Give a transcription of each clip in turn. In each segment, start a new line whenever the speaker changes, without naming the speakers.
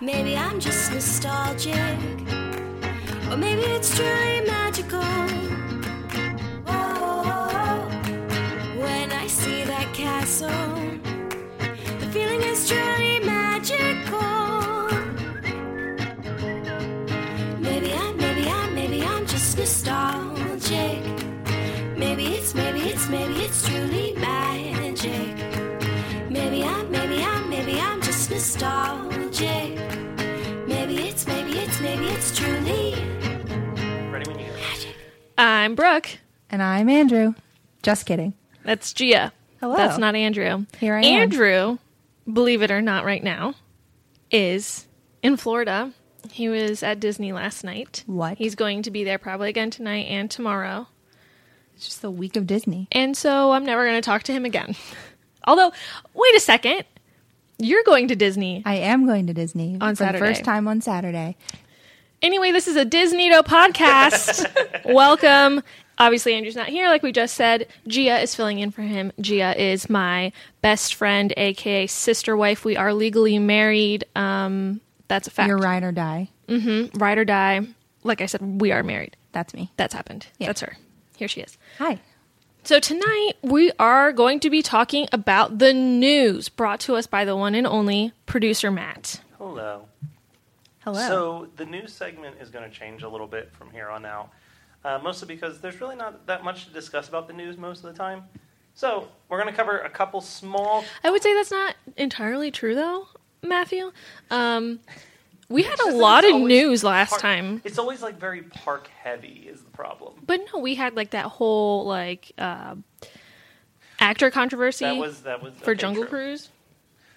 Maybe I'm just nostalgic, or maybe it's truly magical. Oh, when I see that castle, the feeling is truly magical. Maybe I'm, maybe I'm, maybe I'm just nostalgic. Maybe it's, maybe it's, maybe it's truly magic. Maybe I'm, maybe I'm, maybe I'm just nostalgic. Maybe it's, maybe it's, maybe it's truly
Ready when you hear.
magic.
I'm Brooke.
And I'm Andrew. Just kidding.
That's Gia.
Hello.
That's not Andrew.
Here I am.
Andrew, believe it or not, right now, is in Florida. He was at Disney last night.
What?
He's going to be there probably again tonight and tomorrow.
It's just the week of Disney.
And so I'm never going to talk to him again. Although, wait a second. You're going to Disney.
I am going to Disney
On
for the
Saturday.
first time on Saturday.
Anyway, this is a Disneyto podcast. Welcome. Obviously, Andrew's not here, like we just said. Gia is filling in for him. Gia is my best friend, aka sister wife. We are legally married. Um, that's a fact.
Your ride or die.
Ride or die. Like I said, we are married.
That's me.
That's happened.
Yeah.
That's her. Here she is.
Hi.
So tonight we are going to be talking about the news brought to us by the one and only producer Matt.
Hello.
Hello.
So the news segment is going to change a little bit from here on out, uh, mostly because there's really not that much to discuss about the news most of the time. So we're going to cover a couple small.
I would say that's not entirely true, though, Matthew. Um, we had
It's
a
just that
lot
it's
of
always
news last
park-
time,
It's always like very park heavy is the problem.
but no, we had like that whole like uh, actor controversy
That was that was
for
okay,
Jungle
true.
Cruise.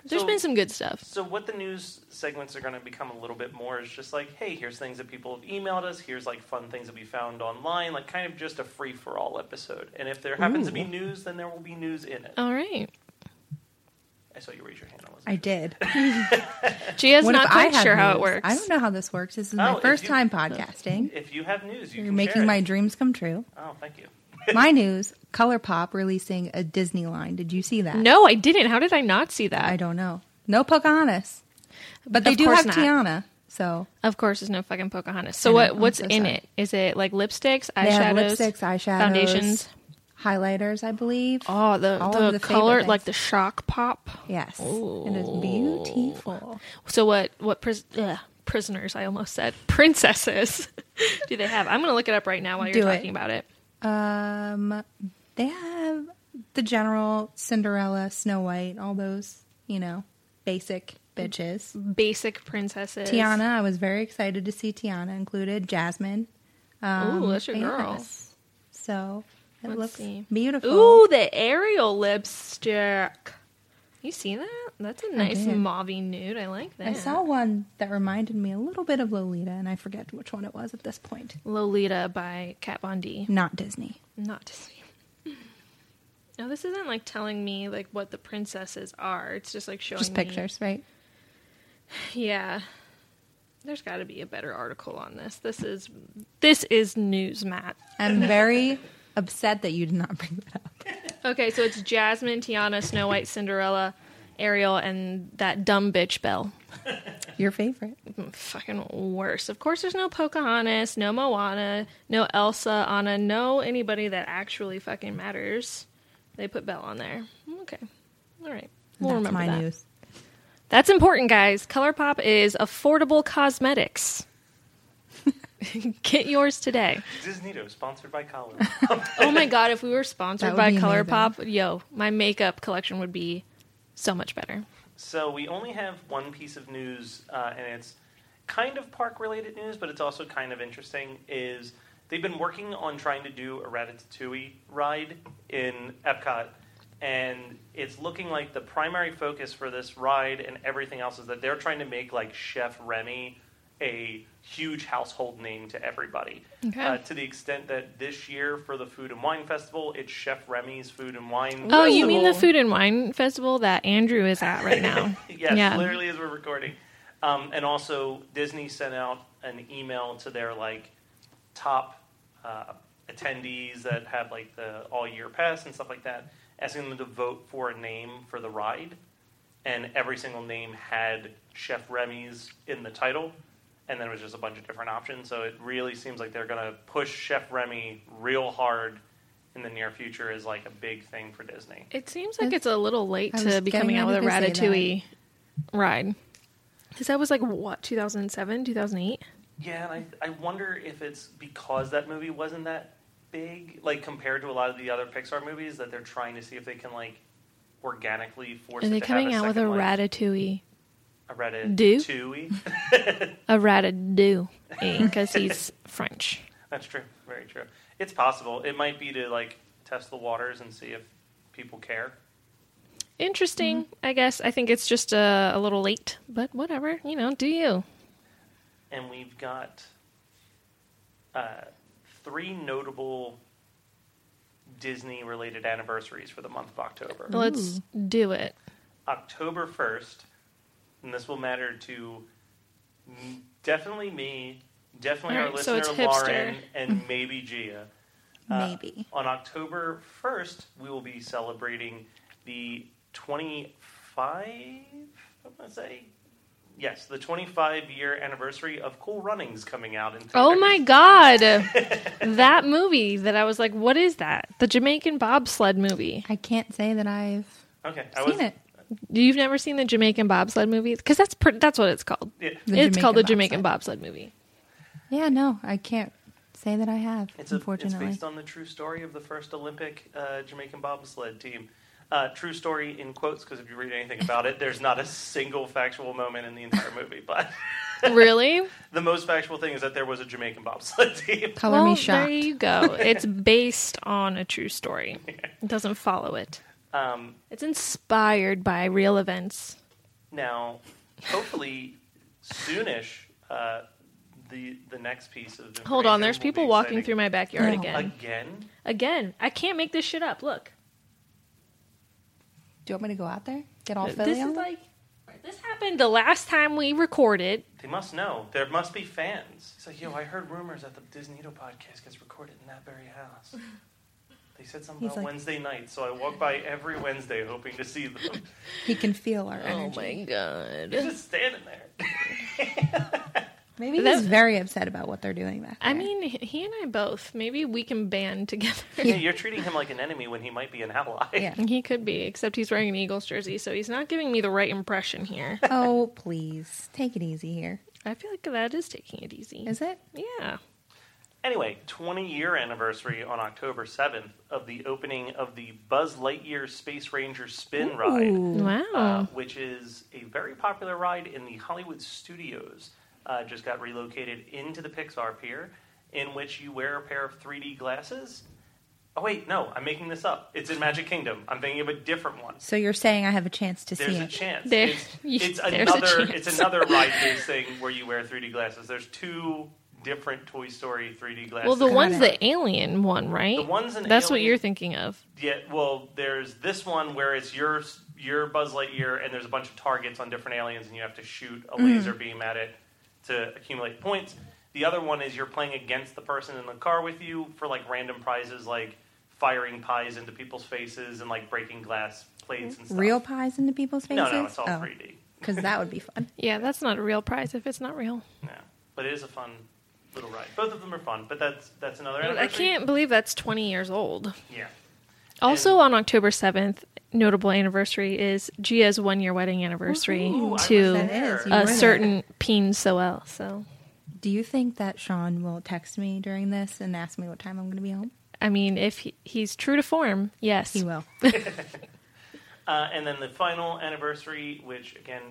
There's
So-
been some good stuff.
So what the news segments are going to become a little bit more is just like, hey, here's things that people have emailed us. Here's like fun things that we found online. Like kind of just a free for all episode. And if there happens to be news, then there will be news in it.
All right,
I saw you raise your hand. I wasn't
I did.
Gia's
What
not
if I
quite
had
sure how it
news?
works.
I don't know how this works. This is
Oh,
my
if
first
you-
time podcasting.
If you have news, you
You're
can
making
share
my
It.
dreams come true.
Oh, thank you.
my news, ColourPop releasing a Disney line. Did you see that?
No, I didn't. How did I not see that?
I don't know. No Pocahontas. But they
Of
do
course
have
not.
Tiana. So
Of course, there's no fucking Pocahontas. So
I know,
what?
I'm
What's
so
in
sorry.
it? Is it like lipsticks,
they have
eyeshadows,
lipsticks, eyeshadows,
foundations?
highlighters, I believe.
Oh, the
All
the,
of the favorite
color,
things.
like the shock pop.
Yes. It
Oh.
is beautiful.
So what? What pris- ugh, prisoners? I almost said princesses. do they have? I'm gonna look it up right now while you're
Do it.
talking about it.
Um, they have the general Cinderella, Snow White, all those, you know, basic bitches.
Basic princesses.
Tiana, I was very excited to see Tiana included. Jasmine. Um,
Ooh, that's your
but
girl.
yes. So it
Let's
looks
see.
beautiful.
Ooh, the Ariel lipstick. You see that? That's a nice
did.
mauvey nude. I like that.
I saw one that reminded me a little bit of Lolita, and I forget which one it was at this point.
Lolita by Kat Von D.
Not Disney.
Not Disney. No, this isn't like telling me like what the princesses are. It's just like showing
Just
me-
pictures, right?
Yeah. There's got to be a better article on this. This is this is news, Matt.
I'm very upset that you did not bring that up.
Okay, so it's Jasmine, Tiana, Snow White, Cinderella, Ariel, and that dumb bitch Belle. Hmm,
Your favorite.
Fucking worse. Of course, there's no Pocahontas, no Moana, no Elsa, Anna, no anybody that actually fucking matters. They put Belle on there. Okay, all right. We'll
That's
remember
my
that.
news.
That's important, guys. ColourPop is affordable cosmetics. Get yours today.
Disneyto sponsored by Colin.
Oh my god, if we were sponsored
That would
by
be amazing.
ColourPop, yo, my makeup collection would be so much better.
so we only have one piece of news, uh, and it's kind of park-related news, but it's also kind of interesting. Is they've been working on trying to do a Ratatouille ride in Epcot, and it's looking like the primary focus for this ride and everything else is that they're trying to make like Chef Remy a huge household name to everybody.
Okay.
Uh, to the extent that this year for the Food and Wine Festival, it's Chef Remy's Food and Wine.
Oh, you mean the
Festival.
food and wine festival that Andrew is at right now?
yes,
Yeah.
literally as we're recording. Um, and also, Disney sent out an email to their like top uh, attendees that have like the all year pass and stuff like that, asking them to vote for a name for the ride. and every single name had Chef Remy's in the title, and then it was just a bunch of different options. So it really seems like they're going to push Chef Remy real hard in the near future as like a big thing for Disney.
It seems like it's a little late
I
to
was
be coming
getting
out with a
ready to say
Ratatouille ride. Because that was like, what, 2007, 2008?
Yeah, and I, I wonder if it's because that movie wasn't that big, like compared to a lot of the other Pixar movies, that they're trying to see if they can like organically force.
Are
it
they
to
coming
have
out with a
second life.
Ratatouille?
A Reddit
Do?
Tui.
A Ratatouille. Because he's French.
That's true. Very true. It's possible. It might be to like test the waters and see if people care.
Interesting,
Mm-hmm.
I guess. I think it's just uh, a little late, but whatever. You know, do you?
And we've got uh, three notable Disney-related anniversaries for the month of October.
Let's do it.
October 1st, and this will matter to m- definitely me, definitely our
Alright, so
listener
it's hipster.
Lauren, and maybe Gia. Uh,
Maybe.
On October 1st, we will be celebrating the 25, I'm going to say, yes, the 25 year anniversary of Cool Runnings coming out in
Oh
theaters.
my God. that movie that I was like, what is that? The Jamaican bobsled movie.
I can't say that I've
Okay, I
seen
was,
it.
You've never seen the Jamaican bobsled movie? Because that's, pr- that's what it's called.
yeah,
The
it's called the Jamaican
Jamaican
bobsled movie.
Yeah, no, I can't say that I have.
It's, a, it's
unfortunately,
based on the true story of the first Olympic uh, Jamaican bobsled team. Uh, true story in quotes because if you read anything about it, there's not a single factual moment in the entire movie. But
Really?
the most factual thing is that there was a Jamaican bobsled team.
color
well,
me Oh, shocked.
there you go. It's based on a true story. It doesn't follow it.
Um,
It's inspired by real events.
now, hopefully, soonish, uh, the the next piece of
Hold on, there's people walking through
through
my backyard
No.
again.
again.
Again, I can't make this shit up. Look,
Do you want me to go out there? Get all Philly
this
on
is
them?
like this happened the last time we recorded.
They must know. There must be fans. He's like, yo, I heard rumors that the Disneyto podcast gets recorded in that very house. They said something
He's
about
like-
Wednesday night, so I walk by every Wednesday hoping to see them.
He can feel
Oh
our energy.
He's
god.
just standing there.
Maybe
That-
he's very upset about what they're doing back
I
there.
mean, h- he and I both. Maybe we can band together.
Yeah, you're treating him like an enemy when he might be an ally.
yeah.
He could be, except he's wearing an Eagles jersey, so he's not giving me the right impression here.
oh, please take it easy here.
I feel like that is taking it easy.
Is it?
Yeah.
Anyway, 20 year anniversary on October 7th of the opening of the Buzz Lightyear Space Ranger Spin Ride.
Mm.
Wow.
uh, which is a very popular ride in the Hollywood studios. Uh, just got relocated into the Pixar Pier, in which you wear a pair of 3D glasses. Oh, wait, no, I'm making this up. It's in Magic Kingdom. I'm thinking of a different one.
So you're saying I have a chance to
There's
see
a
it?
chance.
There-
it's, it's
there's a
another.
chance.
It's another ride-based thing where you wear 3D glasses. There's two different Toy Story 3D glasses.
well, the
Got
one's
it.
the alien one, right?
The one's an
That's what
alien-
you're thinking of.
Yeah, well, there's this one where it's your your Buzz Lightyear, and there's a bunch of targets on different aliens, and you have to shoot a
Mm-hmm.
laser beam at it to accumulate points. The other one is you're playing against the person in the car with you for like random prizes, like firing pies into people's faces and like breaking glass plates and stuff.
Real pies into people's
No,
faces?
no, it's all 3D.
Because that would be fun.
Yeah, that's not a real prize if it's not real.
No, but it is a fun little ride. Both of them are fun, but that's that's another.
I
anniversary.
can't believe that's 20 years old.
Yeah.
Also, on October 7th, notable anniversary is Gia's one year wedding anniversary
Ooh, I was
to
That
there.
is, you
a
were there.
certain Peen Soel. So,
Do you think that Sean will text me during this and ask me what time I'm going to be home?
I mean, if he, he's true to form, yes.
He will.
Uh, and then the final anniversary, which again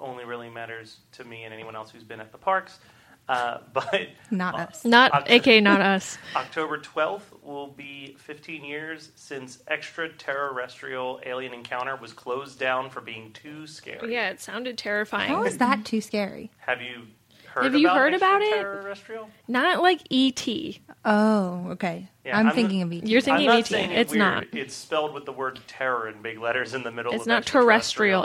only really matters to me and anyone else who's been at the parks. Uh, but
Not us.
Not,
October-
aka not us.
October 12th will be 15 years since extraterrestrial alien encounter was closed down for being too scary.
Yeah, it sounded
How
terrifying.
is that too scary?
Have you heard
Have
about
you heard about it?
extraterrestrial?
Not like E E.T.
Oh, okay.
Yeah,
I'm,
I'm
thinking
not-
of each.
You're thinking
I'm not
of E.T.
saying it
It's
weird.
not.
It's spelled with the word terror in big letters in the middle
It's
of
not terrestrial,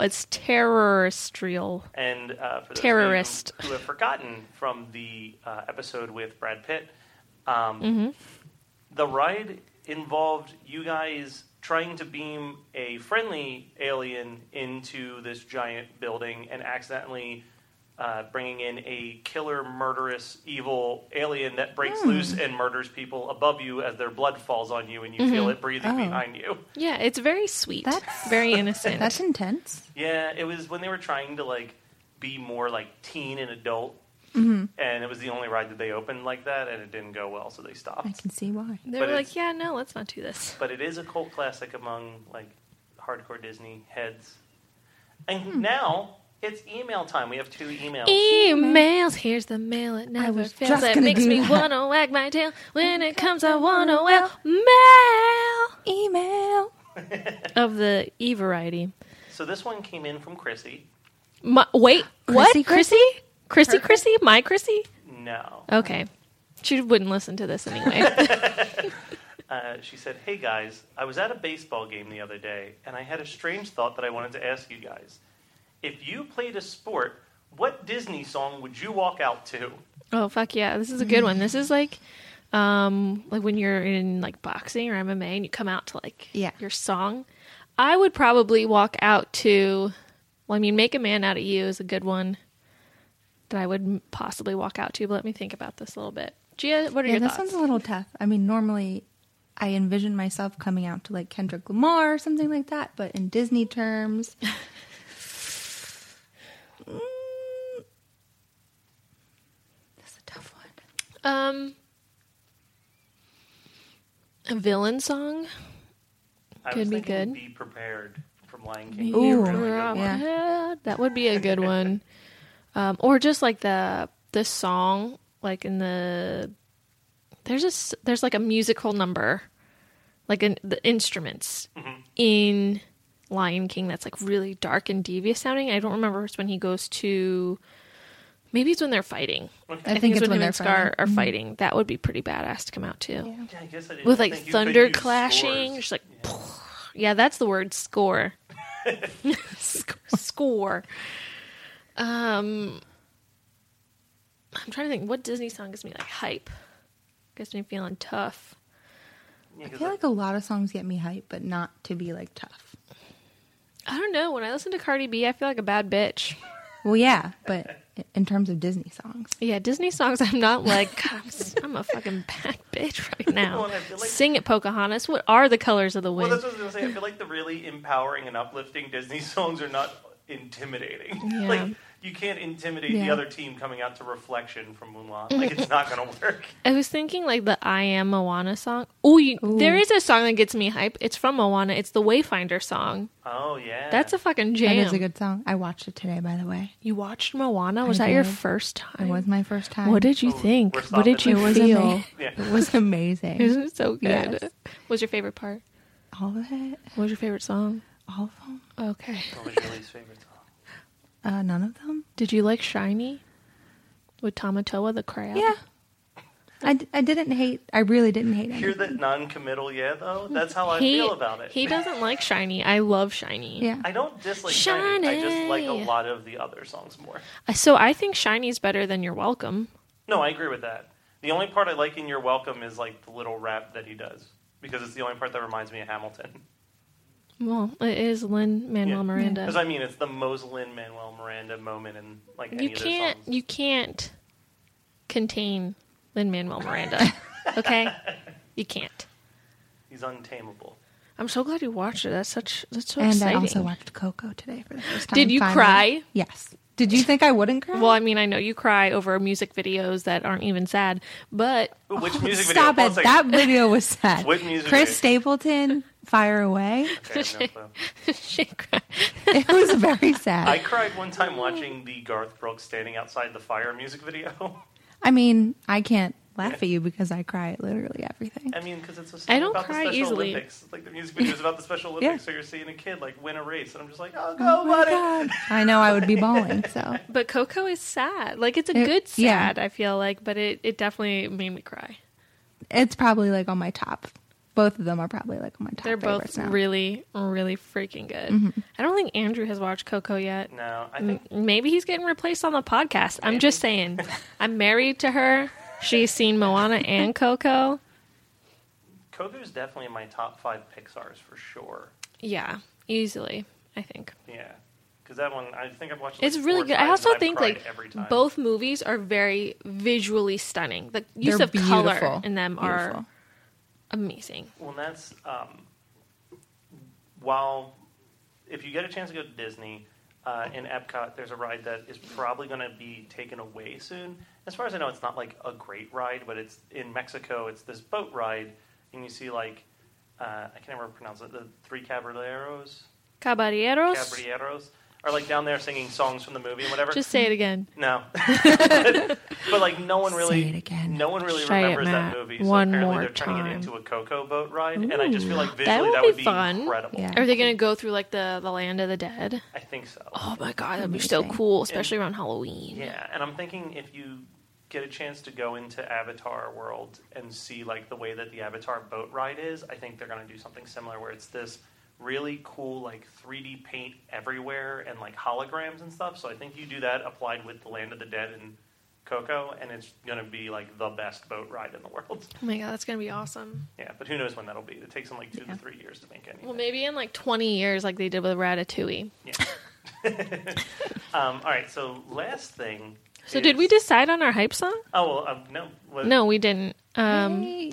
extraterrestrial.
it's terrestrial.
And uh, for those of you
Terrorist.
who have forgotten from the uh, episode with Brad Pitt, um, the ride involved you guys trying to beam a friendly alien into this giant building and accidentally uh, bringing in a killer, murderous, evil alien that breaks loose and murders people above you as their blood falls on you and you feel it breathing
Oh.
behind you.
Yeah, it's very sweet.
That's-
very innocent.
That's intense.
Yeah, it was when they were trying to like be more like teen and adult, and it was the only ride that they opened like that, and it didn't go well, so they
I
stopped.
can see why.
they
but
were like,
it's-
yeah, no, let's not do this.
But it is a cult classic among like hardcore Disney heads. And now it's email time. We have two emails.
E- Emails. Here's the mail. It never
was
fails.
just
It
gonna
makes
do
me
that.
wanna wag my tail. When it comes, I wanna well mail
Email.
of the E variety.
So this one came in from Chrissy.
My, wait,
Chrissy,
what? Chrissy? Chrissy, Chrissy, my Chrissy.
No.
Okay, she wouldn't listen to this anyway.
Uh, she said, Hey guys, I was at a baseball game the other day, and I had a strange thought that I wanted to ask you guys. If you played a sport, what Disney song would you walk out to?
Oh fuck yeah, this is a good one. This is like um like when you're in like boxing or MMA and you come out to like
Yeah.
your song. I would probably walk out to well, I mean Make a Man Out of You is a good one that I would m- possibly walk out to, but let me think about this a little bit. Gia, what are
Yeah,
your
this
thoughts?
one's a little tough. I mean, normally I envision myself coming out to like Kendrick Lamar or something like that, but in Disney terms, Mm. that's a tough one.
um a villain song?
I
Could
was
be
thinking
good.
Be Prepared from Lion King.
Ooh,
Be
Ooh,
a really good one.
yeah.
that would be a good one. Um, or just like the the song, like in the there's a s- there's like a musical number, like in the instruments
Mm-hmm.
in Lion King that's like really dark and devious sounding. I don't remember it's when he goes to. Maybe it's when they're fighting.
I, think, it's when
him
they're Mm-hmm.
and Scar are fighting. That would be pretty badass to come out to
Yeah, I guess I didn't
with like
think you could
thunder
use
clashing.
scores.
Just like, yeah. that's the word score. Sc- score. Um, I'm trying to think. What Disney song gives me like hype? Gets me feeling tough.
Yeah,
I
'cause
feel like a lot of songs get me hype, but not to be like tough.
I don't know. When I listen to Cardi B, I feel like a bad bitch.
Well, yeah, but in terms of Disney songs,
Yeah, Disney songs. I'm not like God, I'm, s- I'm a fucking bad bitch right now.
Well, I feel like-
Sing it, Pocahontas. What are the colors of the
well,
wind?
that's what I was gonna say. I feel like the really empowering and uplifting Disney songs are not intimidating.
Yeah.
like you can't intimidate the
Yeah.
other team coming out to Reflection from Mulan. Like it's not gonna work.
I was thinking like the I Am Moana song. Oh, you,
Ooh.
there is a song that gets me hype. It's from Moana. It's the Wayfinder song.
Oh yeah,
That's a fucking
that
jam.
is a good song. I watched it today, by the way.
you watched Moana? Was
I
that your
did.
first time?
It was my first time.
What did you
Oh,
think?
we're
What did
stopping
you
it was
feel?
ama-
Yeah.
It was amazing.
Isn't it so good?
Yes.
What's your favorite part?
all of it,
What was your favorite song?
all of them,
Okay.
What was your least favorite song?
uh, none of them.
Did you like Shiny with Tomatoa the crab?
Yeah. I, d- I didn't hate. I really didn't hate
Hear
it.
that non-committal? Yeah, though. That's how I
He,
feel about it.
he doesn't like Shiny. I love Shiny.
Yeah.
I don't dislike Shiny. I just like a
Shiny.
lot of the other songs more.
So I think Shiny's better than You're Welcome.
No, I agree with that. The only part I like in Your Welcome is like the little rap that he does because it's the only part that reminds me of Hamilton.
Well, it is Lynn Manuel
Yeah.
Miranda.
Because I mean, it's the most Lin Manuel Miranda moment in like any
you
of their
can't
songs.
you can't contain Lin Manuel Miranda. okay? You can't.
He's untamable.
I'm so glad you watched it. That's such that's so
and
exciting.
I also watched Coco today for the first time.
Did you
finally.
cry?
Yes. Did you think I wouldn't cry?
well, I mean, I know you cry over music videos that aren't even sad, but
Ooh, which music video?
Stop
Hold on a
it.
second.
That video was sad.
What music
Chris
video?
Stapleton, Fire Away.
Okay, I have no clue.
she cried.
It was very sad.
I
I,
cried one time watching the Garth Brooks standing outside the fire music video.
mean, I can't laugh at you because I cry at literally everything.
I mean, because it's a song
I don't
about
cry
the Special
easily.
Olympics. Like the music video is about the Special
Yeah.
Olympics, so you're seeing a kid like win a race, and I'm just like, oh,
Oh
go,
my
buddy!
God. I know I would be bawling. So
But Coco is sad. Like it's a
It-
good
yeah.
sad, I feel like, but it, it definitely made me cry.
it's probably like on my top. Both of them are probably like on my top.
They're both
favorites now.
really, really freaking good.
Mm-hmm.
I don't think Andrew has watched Coco yet.
No, I think
Maybe he's getting replaced on the podcast. I'm just saying. I'm married to her. She's seen Moana and Coco.
Kogu's definitely in my top five Pixar's for sure.
Yeah, easily, I think.
Yeah, because that one I think I've watched. it,
It's
like,
really
four
good. I
times,
also
and I've
think
cried
like
every time.
both movies are very visually stunning. The use
They're
of color
beautiful.
in them are
Beautiful.
amazing.
Well, that's um, while if you get a chance to go to Disney uh, in Epcot, there's a ride that is probably going to be taken away soon. As far as I know, it's not like a great ride, but it's in Mexico. It's this boat ride, and you see like uh, I can't remember pronounce it. The three caballeros,
Caballeros.
caballeros are like down there singing songs from the movie and whatever.
Just say it again.
No, but, like no one
Say
really,
it again.
no one really
Say it,
remembers that
Matt.
movie. So
One
apparently
more
they're turning it
time.
into a cocoa boat ride, and I just feel like
Ooh,
visually
that would
that
be
would be,
fun.
incredible.
Yeah.
Are they going to go through like the the land of the dead?
I think so.
Oh my god, that'd be so
Amazing.
cool, especially around Halloween.
Yeah, and I'm thinking if you get a chance to go into Avatar World and see like the way that the Avatar boat ride is, I think they're going to do something similar where it's this really cool like 3D paint everywhere and like holograms and stuff. So I think you do that applied with the Land of the Dead and Coco, and it's going to be like the best boat ride in the world.
Oh my god, that's going to be awesome.
Yeah, but who knows when that'll be? It takes them like two
Yeah.
to three years to make anything.
Well, maybe in like 20 years like they did with Ratatouille.
Yeah. um, all right. So last thing.
So
is-
did we decide on our hype song?
Oh well, um, no. Well,
No, we didn't. Um
I,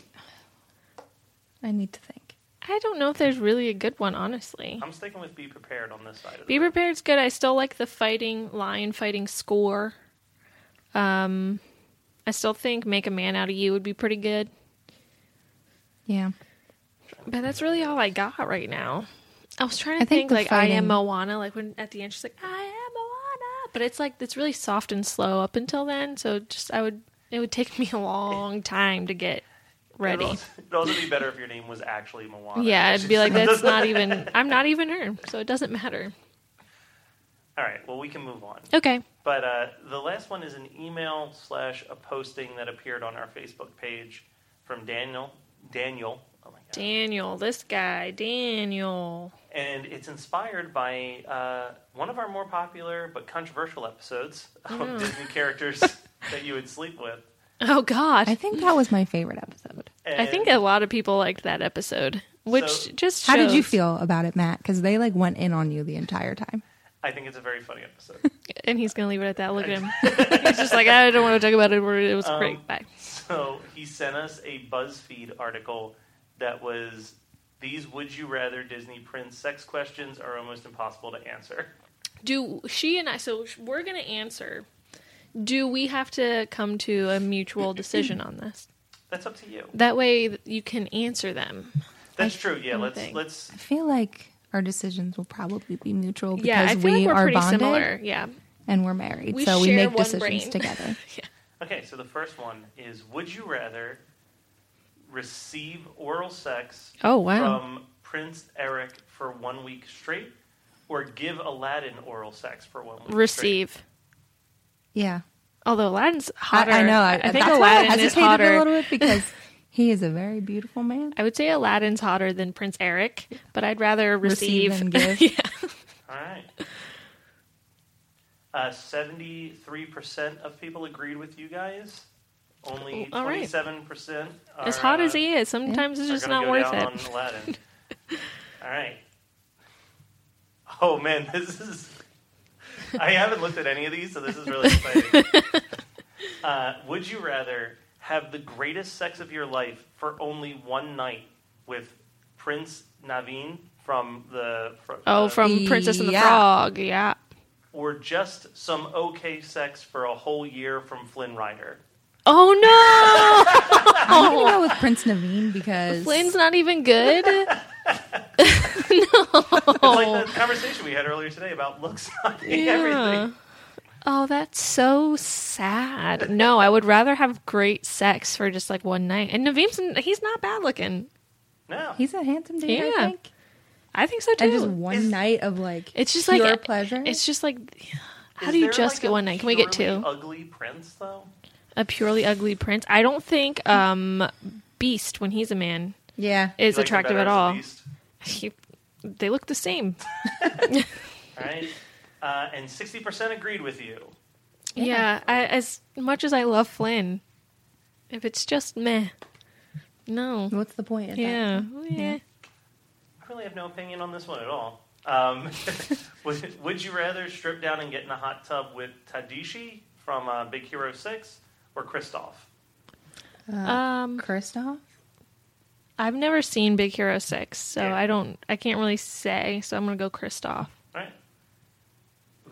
I need to think.
I don't know if there's really a good one, honestly.
I'm sticking with be prepared on this side. Of
Be
the room.
prepared's good. I still like the fighting lion fighting score. Um, I still think make a man out of you would be pretty good.
Yeah.
But that's really all I got right now. I was trying to
I
think,
think the
like I am
fighting-
Moana, like when at the end she's like I am Moana, but it's like it's really soft and slow up until then. So just I would it would take me a long time to get
It'd
ready.
also- It'd also be better if your name was actually Moana.
Yeah, it'd be like that's not even I'm not even her, so it doesn't matter.
All right. Well, we can move on.
Okay.
But uh, the last one is an email slash a posting that appeared on our Facebook page from Daniel. Daniel. Oh my god.
Daniel, this guy, Daniel.
and it's inspired by uh, one of our more popular but controversial episodes of
Yeah.
Disney characters that you would sleep with.
Oh God,
I think that was my favorite episode.
And
I think a lot of people liked that episode, which
So-
just shows.
How did you feel about it, Matt? Because they like went in on you the entire time.
I think it's a very funny episode.
And he's gonna leave it at that. Look at him. he's just like, I don't want to talk about it. It was
Um,
great. Bye.
so he sent us a BuzzFeed article that was these would you rather Disney Prince sex questions are almost impossible to answer.
Do she and I? So sh- we're gonna answer. Do we have to come to a mutual decision on this?
That's up to you.
That way th- you can answer them.
That's true. Yeah,
don't
let's
think.
let's
I feel like our decisions will probably be mutual Oh, because
yeah, I feel
we
like we're
are
pretty
bonded
similar. Yeah.
and we're married,
We
so we
share
make
one
decisions
brain.
together.
Okay, so the first one is would you rather receive oral sex
Oh wow.
from Prince Eric for one week straight, or give Aladdin oral sex for one week
Receive.
Yeah,
Although Aladdin's
I-
hotter.
I, know. I,
I, think
that's why
Aladdin is
hesitated a
hotter.
little bit because he is a very beautiful man.
I would say Aladdin's hotter than Prince Eric, but I'd rather receive.
Receive than give.
yeah.
All right. Uh, 73% of people agreed with you guys. Only
Oh, All right.
27%. Are,
As hot
uh,
as he is, sometimes it's
are
just
gonna
not
go
worth
down
it.
On Aladdin. All right. Oh, man, this is. I haven't looked at any of these, so this is really exciting. uh, would you rather have the greatest sex of your life for only one night with Prince Naveen from the. From,
Oh,
uh,
from Princess and the
Yeah.
Frog, yeah.
or just some okay sex for a whole year from Flynn Rider.
Oh no,
I'm gonna go with Prince Naveen because
Oh. Flynn's not even good.
It's like the conversation we had earlier today about looks not being
Oh. Yeah.
everything.
Oh, that's so sad. No, I would rather have great sex for just like one night. And Naveen's he's not bad looking.
No.
he's a handsome dude.
Yeah,
I think.
I think so too.
And just one
Is-
night of like
it's just like uh,
pure pleasure.
It's just like how
Is
do you
there,
just
like,
get
a
one night? Can we get
purely
two?
Ugly prince though.
a purely ugly prince. I don't think um Beast when he's a man
yeah,
is
Hmm. You like him
attractive
better
at
as a
all.
beast?
He- they look the same.
All right. Uh, and sixty percent agreed with you.
Yeah, I, as much as I love Flynn, if it's just meh, No.
What's the point? At
Yeah.
That?
Well, yeah.
I really have no opinion on this one at all. Um, would, would you rather strip down and get in a hot tub with Tadishi from uh, Big Hero 6 or Kristoff?
Um,
Uh, Kristoff.
I've never seen Big Hero Six, so
Yeah.
I don't. I can't really say. So I'm gonna go Kristoff.
Right?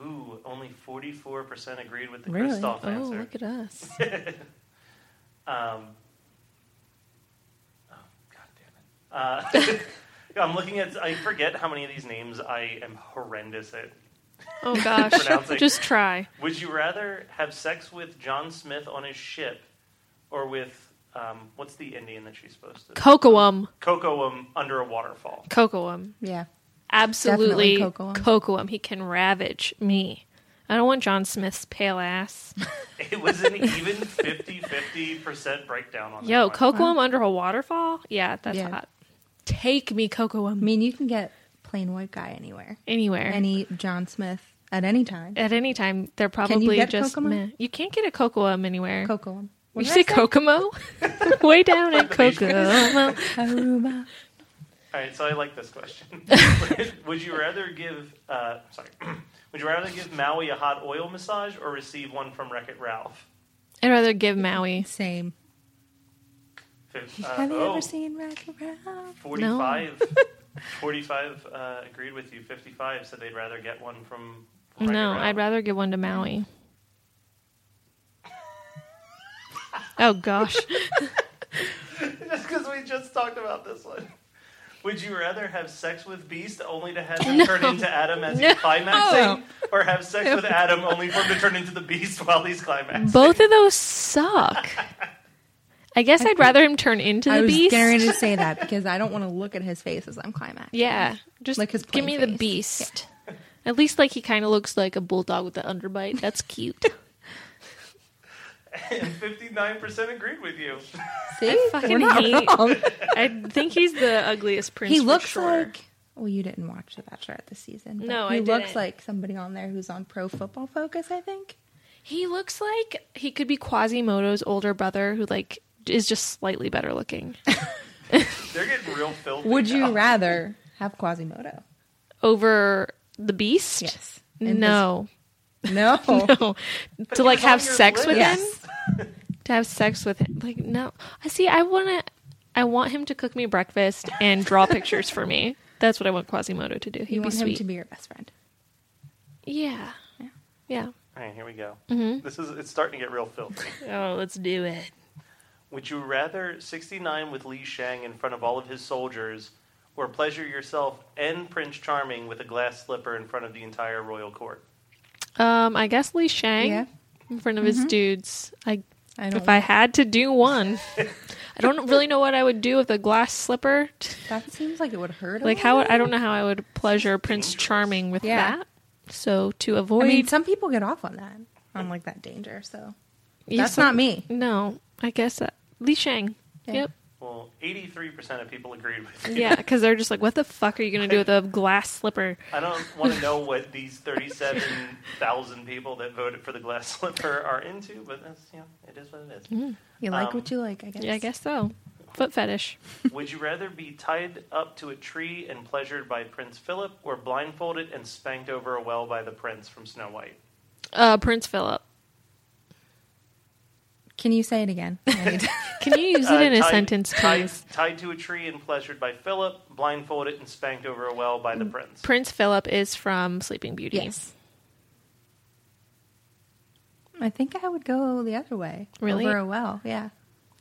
Ooh, only 44% agreed with the
Really?
Kristoff
Oh,
answer.
look at us.
Um, oh, God damn it. Uh, yeah, I'm looking at, I forget how many of these names I am horrendous at.
Oh gosh.
Pronouncing.
Just try.
Would you rather have sex with John Smith on his ship or with, um, what's the Indian that she's supposed to?
Cocoum.
Cocoam under a waterfall.
Cocoum.
Yeah.
Absolutely.
Cocoum.
Cocoum. He can ravage me. I don't want John Smith's pale ass.
It was an even 50 50% breakdown on that.
Yo,
one.
Cocoum under a waterfall? Yeah, that's
Yeah.
hot. Take me, Cocoum.
I mean, you can get plain white guy anywhere,
Anywhere.
any John Smith at any time.
At any time, they're probably
Can you get
just
Kokomo?
meh. You can't get a Cocoum anywhere.
Cocoa.
you say Kokomo? Way down at Kokomo.
Aruba.
All right, so I like this question. would you rather give, uh, sorry, would you rather give Maui a hot oil massage or receive one from Wreck It Ralph?
I'd rather give Maui.
Same.
Fif- uh,
Have you
oh,
ever seen Wreck-It Ralph?
45, 45 uh, agreed with you. 55 said they'd rather get one from. from Wreck-It
No,
Ralph.
I'd rather give one to Maui. Oh gosh.
Just because we just talked about this one. Would you rather have sex with Beast only to have him turn into Adam as he's climaxing, or have sex with Adam only for him to turn into the Beast while he's climaxing?
Both of those suck. I guess I'd rather him turn into the
I was
beast.
getting ready to say that because I don't want to look at his face as I'm climaxing.
Yeah, just
Like his
give
plain
me the
face.
beast. At least like he kind of looks like a bulldog with the underbite. That's cute.
And fifty-nine percent agreed with you.
See,
fucking
We're not
hate-
wrong.
I think he's the ugliest prince.
he
for
looks
sure.
like. Well, you didn't watch The Bachelor this season. but
No,
he
I
looks
didn't.
like somebody on there who's on Pro Football Focus. I think.
he looks like he could be Quasimodo's older brother, who like is just slightly better looking.
They're getting real filthy.
Would you
now.
rather have Quasimodo?
Over the beast?
Yes. And
No,
his- no.
no. to like
he's on
have
your
sex with
list.
him.
Yes.
to have sex with him. Like no, I see. I want to. I want him to cook me breakfast and draw pictures for me. That's what I want Quasimodo to do. He'd
You
be
want
sweet.
him to be your best friend.
yeah.
Yeah.
Yeah.
All right, here we go.
Mm-hmm.
This is it's starting to get real filthy.
Oh, let's do it.
Would you rather 69 with Li Shang in front of all of his soldiers, or pleasure yourself and Prince Charming with a glass slipper in front of the entire royal court?
Um, I guess Lee Shang
Yeah. Mm-hmm.
in front of his dudes. I,
I don't.
if I had to do one, I don't really know what I would do with a glass slipper.
that seems like it would hurt. a
like how
little.
I don't know how I would pleasure Prince
dangerous.
Charming with
Yeah.
that. So to avoid,
I mean, some people get off on that, on like that danger. So
Yeah,
that's
some-
not me.
No, I guess that Lee Shang.
Yeah.
Yep.
Well, 83% of people agreed with you.
Yeah, because they're just like, what the fuck are you going to do with a glass slipper?
I don't want to know what these 37,000 people that voted for the glass slipper are into, but that's, you know, it is what it is.
You like
Um,
what you like, I guess.
Yeah, I guess so. Foot fetish.
Would you rather be tied up to a tree and pleasured by Prince Philip, or blindfolded and spanked over a well by the prince from Snow White?
Uh, Prince Philip.
Can you say it again? I need-
Can you use it
Uh,
in a
tied-
sentence,
tied-
please?
Tied to a tree and pleasured by Philip, blindfolded and spanked over a well by the prince.
Prince Philip is from Sleeping Beauty.
yes. I think I would go the other way.
Really?
Over a well. Yeah.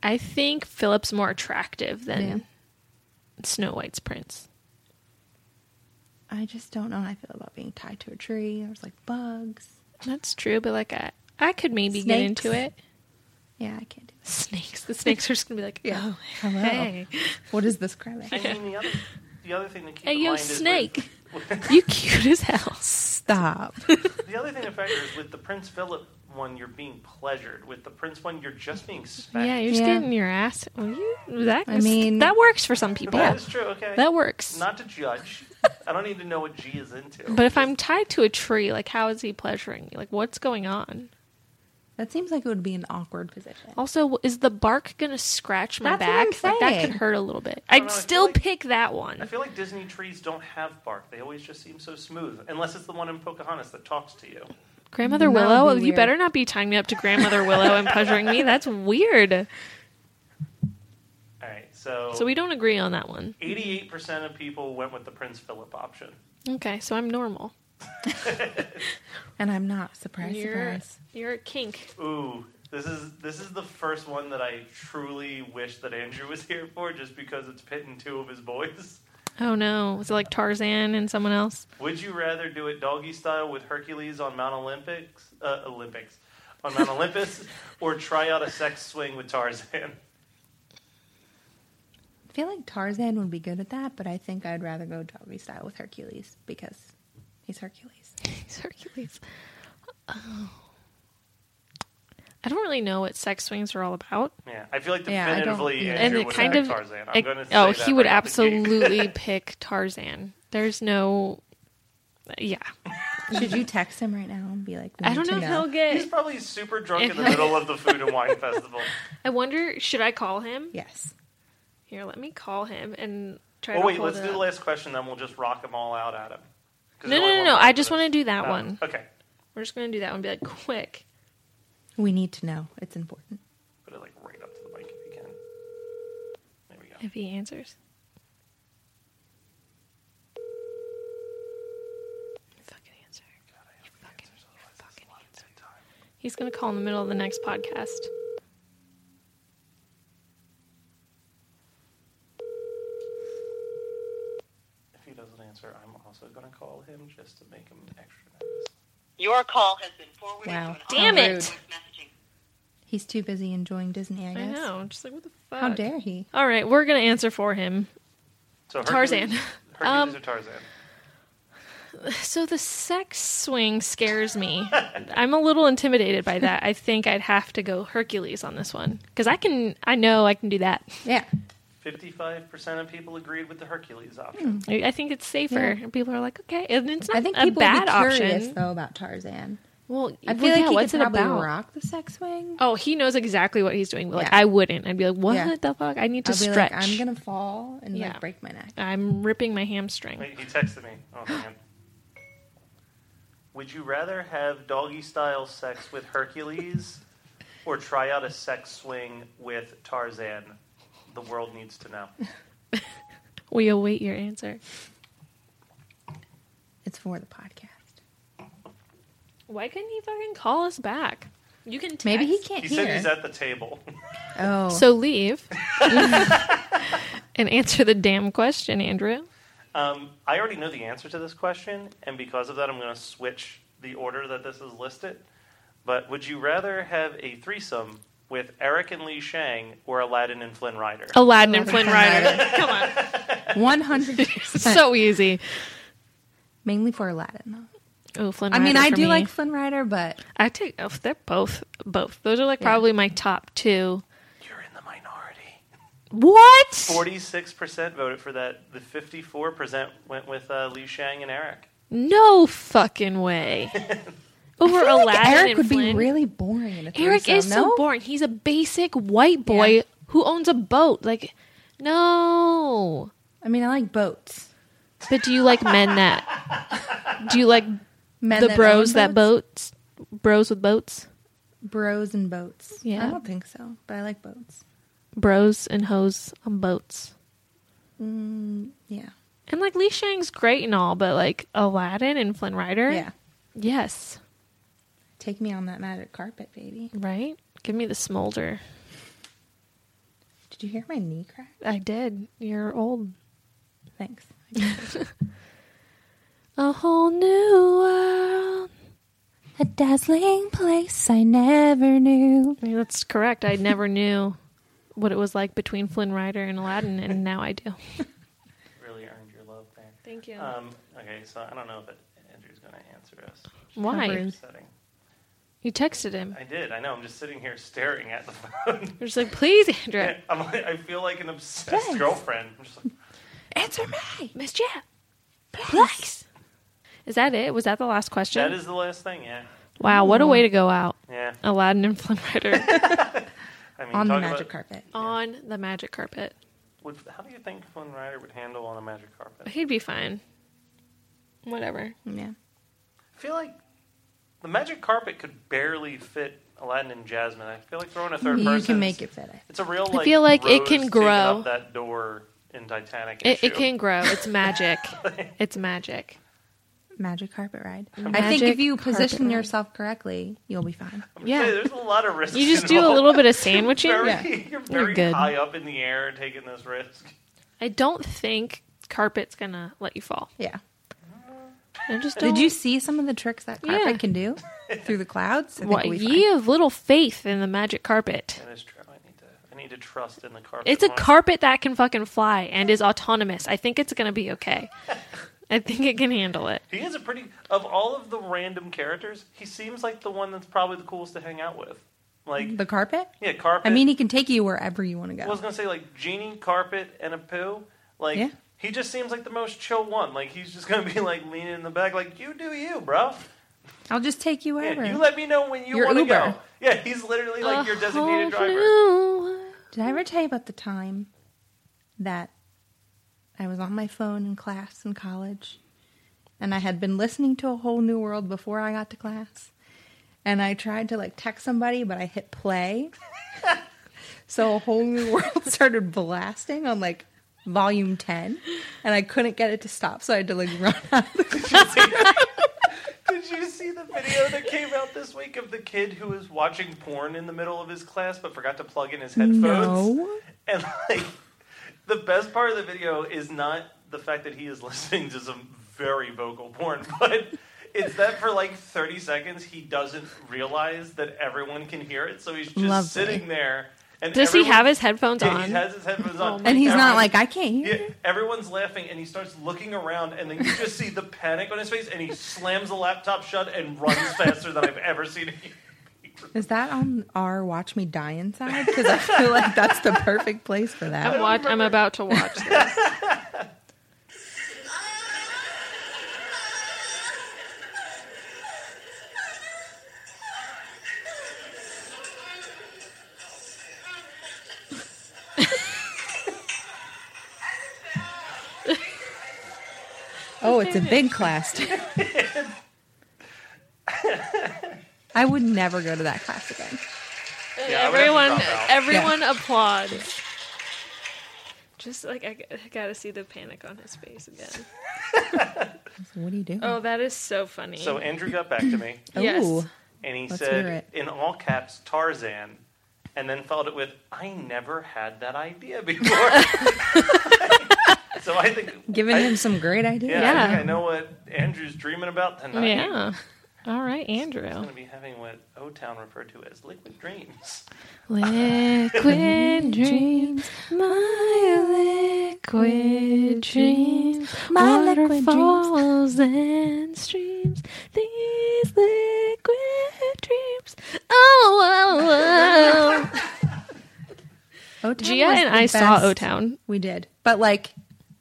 I think Philip's more attractive than Snow White's prince.
I just don't know how I feel about being tied to a tree. There's like bugs.
That's true, but like I, I could maybe get
Snakes.
into it.
Yeah, I can't do that.
Snakes. The snakes are just gonna be like,
Yeah.
oh,
Hello.
hey,
What is this crime?
I mean, the other, the other thing to keep
hey,
in
yo,
mind
snake,
is with,
you cute as hell.
Stop.
the other thing to factor is with the Prince Philip one, you're being pleasured. With the prince one, you're just being spanked.
Yeah, you're just
Yeah.
getting your ass. Well, you, that,
I mean-
that works for some people.
That is true. Okay,
That works.
not to judge. I don't need to know what G is into.
But if I'm tied to a tree, like how is he pleasuring me? Like what's going on?
That seems like it would be an awkward position.
Also, is the bark gonna scratch my
That's what
back?
I'm
Like, that
saying. Oh,
could hurt a little bit.
I don't know, I
I'd
feel
still
like-
pick that
I
one.
feel like Disney trees don't have bark. They always just seem so smooth, unless it's the one in Pocahontas that talks to you.
Grandmother
That would
Willow,
be
you
weird.
better not be tying me up to Grandmother Willow and pleasuring me. That's weird.
All right, so,
So we don't agree on that one.
88% of people went with the Prince Philip option.
Okay, so I'm normal.
And I'm not surprised.
you're,
Surprise.
you're a kink.
Ooh, this is this is the first one that I truly wish that Andrew was here for, just because it's pitting two of his boys.
Oh no, was it like Tarzan and someone else?
Would you rather do it doggy style with Hercules on Mount Olympics, uh, Olympics, on Mount Olympus, or try out a sex swing with Tarzan?
I feel like Tarzan would be good at that, but I think I'd rather go doggy style with Hercules because he's Hercules.
It's Hercules. Oh. I don't really know what sex swings are all about.
Yeah, I feel like
Yeah, I don't
definitively
either.
Andrew
and it
would
kind
pick
of
Tarzan. I'm
it-
going to say
oh,
that
he would
right out the gate.
absolutely pick Tarzan. There's no, yeah.
Should you text him right now and be like, we
I don't know
need to
if he'll
He's
get.
probably super drunk in the
If-
middle of the food and wine festival.
I wonder, should I call him?
Yes.
Here, let me call him and try
Oh
to.
wait,
hold
let's
it
do the
up.
last question, then we'll just rock them all out at him. 'Cause
No,
there's
no,
only
no,
one
no.
left
I
for
just
this.
want to do that
Oh,
one.
Okay,
We're just gonna do that one. Be like, quick.
We need to know. It's important.
put it like right up to the mic if you can. There we go.
If he answers. Fucking answer. You fucking- you fucking answer. He's gonna call in the middle of the next podcast.
If he doesn't answer, I'm also going to call him just to make him extra nervous.
Your call has been forwarded
Wow.
to an
Damn
automated
it.
voice messaging.
He's too busy enjoying Disney, I
I
guess.
know. I'm just like, what the fuck?
How dare he?
All right, we're gonna answer for him.
So
Tarzan.
Hercules, Hercules
Um,
or Tarzan?
So the sex swing scares me. I'm a little intimidated by that. I think I'd have to go Hercules on this one because I can. I know I can do that.
Yeah.
Fifty-five percent of people agreed with the Hercules option.
I I think it's safer.
Yeah.
People are like, okay, and it's not
I think
a
people
bad
would be curious,
option.
though, about Tarzan.
Well,
I feel
well,
like
yeah,
he
what's
could
it
probably
about?
rock the sex swing.
Oh, he knows exactly what he's doing. But like,
Yeah.
I wouldn't. I'd be like, what
Yeah.
the fuck? I need to
I'll be
stretch.
like, I'm gonna fall and
Yeah.
like break my neck.
I'm ripping my hamstring.
Wait, he texted me. Oh man. Would you rather have doggy-style sex with Hercules, or try out a sex swing with Tarzan? The world needs to know.
We await your answer.
It's for the podcast.
Why couldn't he fucking call us back? You can text.
Maybe he can't
He
hear.
said he's at the table.
oh,
So leave and answer the damn question, Andrew.
Um, I already know the answer to this question, and because of that, I'm going to switch the order that this is listed. But would you rather have a threesome with Eric and Lee Shang or Aladdin and Flynn Rider?
Aladdin and Flynn Rider. Come on.
one hundred.
so easy.
mainly for Aladdin.
Oh, Flynn
Though. I mean,
Rider
I
for
do
me.
like Flynn Rider, but
I take. Oh, they're both. Both. Those are like probably my top two.
You're in the minority.
What?
46% voted for that. The 54% went with uh, Lee Shang and Eric.
No fucking way. Over
I feel like
Aladdin
Eric
and
would
Flynn.
be really boring. In a
Eric
threesome,
is so
no?
boring. He's a basic white boy
Yeah.
who owns a boat. Like, no.
I mean, I like boats.
But do you like men that? Do you like
Men
the
that
bros
own
that boats? Bros with boats?
bros and boats.
Yeah.
I don't think so, but I like boats.
Bros and hoes on boats.
Yeah,
And like Lee Shang's great and all, but like Aladdin and Flynn Rider?
yeah.
Yes.
Take me on that magic carpet, baby.
Right? Give me the smolder.
Did you hear my knee crack?
I did. You're old.
Thanks.
A whole new world.
A dazzling place I never knew.
Yeah, That's correct. I never knew what it was like between Flynn Rider and Aladdin, and now I do.
Really earned your love there.
Thank you.
Um, okay, so I don't know if it, Andrew's going to answer us.
Why?
Covers.
Upsetting.
You texted him.
I did. I know. I'm just sitting here staring at the phone.
You're just like, please, Andrew.
I'm, like- I feel like an obsessed
Thanks.
girlfriend. I'm just like,
Answer me.
Miss Jeff. Please. Is that it? Was that the last question?
That is the last thing, yeah.
Wow, what a way to go out.
Yeah,
Aladdin and Flynn Rider
I mean,
on the
talk
magic
about-
carpet.
on the magic carpet.
Would, how do you think Flynn Rider would handle on a magic carpet? I
He'd be fine. Whatever.
Yeah.
feel like the magic carpet could barely fit Aladdin and Jasmine. I feel like throwing a third person.
You can
is-
make it fit. I
It's a real.
I
Like,
feel like it
rose
can
taking
grow.
Up that door in Titanic.
It, it
issue.
can grow. It's magic. it's magic.
think. Magic carpet ride. I think
Magic
if you
carpet
position
ride.
yourself correctly, you'll be fine.
I'm
Yeah.
saying, there's a lot of risks.
You just do a
involved.
little bit of sandwiching.
Very,
Yeah.
You're very
good.
high up in the air taking this risk.
I don't think carpet's gonna let you fall.
Yeah.
I just don't.
Did you see some of the tricks that carpet
Yeah.
can do through the clouds? I think
What
we'll be fine.
ye of little faith in the magic carpet?
That is true. I need to. I need to trust in the carpet.
It's a
more.
carpet that can fucking fly and is autonomous. I think it's gonna be okay. I think it can handle it.
He is a pretty. Of all of the random characters, he seems like the one that's probably the coolest to hang out with. Like,
The carpet?
yeah, carpet.
I mean, he can take you wherever you want to
I was
go.
gonna say like genie, carpet, and a poo. Like
Yeah.
he just seems like the most chill one. Like he's just gonna be like leaning in the back, like you do you, bro.
I'll just take you
Yeah,
wherever.
you let me know when you
Your
want to
Uber.
go. Yeah, he's literally like your
A
designated
whole
driver.
new
Did I ever tell you about the time that I was on my phone in class in college and I had been listening to a whole new world before I got to class? And I tried to like text somebody, but I hit play. so a whole new world started blasting on like volume 10 and I couldn't get it to stop. So I had to like run out.
Did you see the video that came out this week of the kid who was watching porn in the middle of his class but forgot to plug in his headphones?
No.
And like the best part of the video is not the fact that he is listening to some very vocal porn, but it's that for like 30 seconds he doesn't realize that everyone can hear it, so he's just
Lovely.
sitting there. And
Does he
everyone-
have his headphones
Yeah,
on?
he has his headphones
Oh
on,
my
And he's not
everyone-
like, I can't hear.
yeah, everyone's laughing, and he starts looking around, and then you just see the panic on his face, and he slams the laptop shut and runs faster than I've ever seen him.
Is that on our Watch Me Die Inside? Because I feel like that's the perfect place for that.
I'm, watch- I'm about to watch this.
Oh, it's a big class. too. I would never go to that class again.
Yeah, I would have to
everyone,
drop out.
everyone applauds. Just like I, g- I gotta see the panic on his face again.
So what do you do? Oh,
Oh, that is so funny.
So Andrew got back to me,
yes.
Ooh,
and he
Let's hear
said
it.
in all caps Tarzan, and then followed it with "I never had that idea before." so I think
giving
I-
him some great ideas.
yeah, I,
Yeah.
think I know what Andrew's dreaming about tonight.
yeah. All right,
I'm
Andrew.
going to be having what O Town referred to as liquid dreams.
Liquid dreams, my liquid dreams, my
liquid dreams.
waterfalls and streams. These liquid dreams. Oh, oh, oh.
O-Town
Gia
was
and
the
I saw
best
O Town.
We did, but like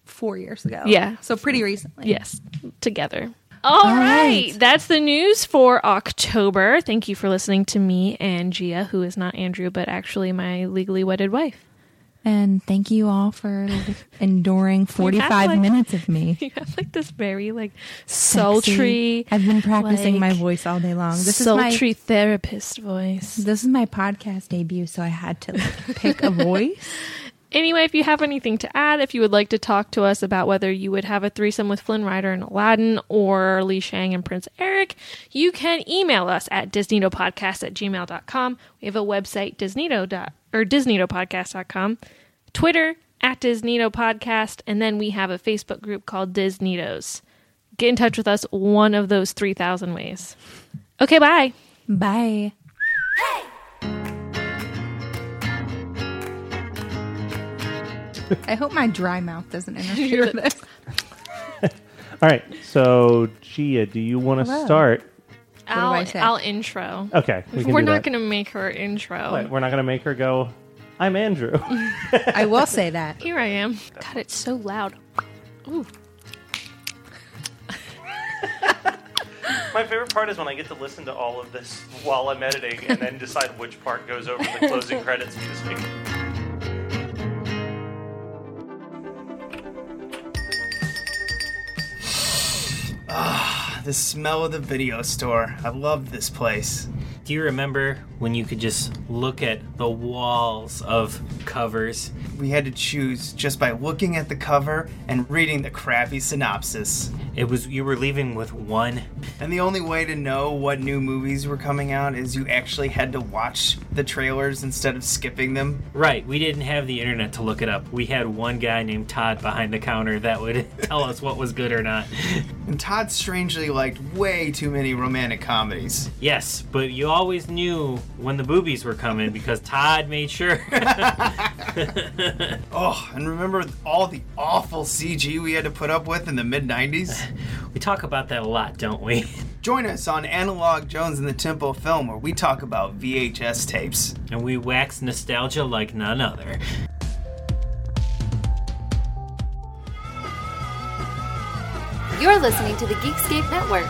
four years ago.
Yeah.
so pretty recently.
Yes, together. All right.
right.
That's the news for October. Thank you for listening to me and Gia, who is not Andrew, but actually my legally wedded wife.
And thank you all for enduring forty-five
like-
minutes of me.
You have like this very like
Sexy.
sultry,
I've been practicing
like,
my voice all day long. This is my
sultry therapist voice.
this is my podcast debut, so I had to like, pick a voice.
Anyway, if you have anything to add, if you would like to talk to us about whether you would have a threesome with Flynn Rider and Aladdin or Lee Shang and Prince Eric, you can email us at disneydopodcast at gmail.com. We have a website, disneydo dot or disneydopodcast.com, Twitter, at disneydopodcast, and then we have a Facebook group called Disneydos. Get in touch with us one of those 3,000 ways. Okay, bye.
Bye. I hope my dry mouth doesn't interfere with this.
All right. So, Gia, do you want to
Hello.
start?
do
I'll,
I say?
I'll intro.
Okay, we can
We're
do
not
that.
going to make her intro.
Wait, we're not going to make her go. I'm Andrew.
I will say that.
Here I am. God, it's so loud. Ooh.
My favorite part is when I get to listen to all of this while I'm editing and then decide which part goes over the closing credits music.
The smell of the video store. I love this place.
Do you remember when you could just look at the walls of covers?
We had to choose just by looking at the cover and reading the crappy synopsis.
It was you were leaving with one.
And the only way to know what new movies were coming out is you actually had to watch the trailers instead of skipping them.
Right, we didn't have the internet to look it up. We had one guy named Todd behind the counter that would tell us what was good or not.
And Todd strangely liked way too many romantic comedies.
Yes, but you always knew when the boobies were coming because Todd made sure.
Oh, and remember all the awful CG we had to put up with in the mid 90s?
we talk about that a lot, don't we?
Join us on Analog Jones and the Tempo Film, where we talk about VHS tapes.
And we wax nostalgia like none other.
You're listening to the Geekscape Network.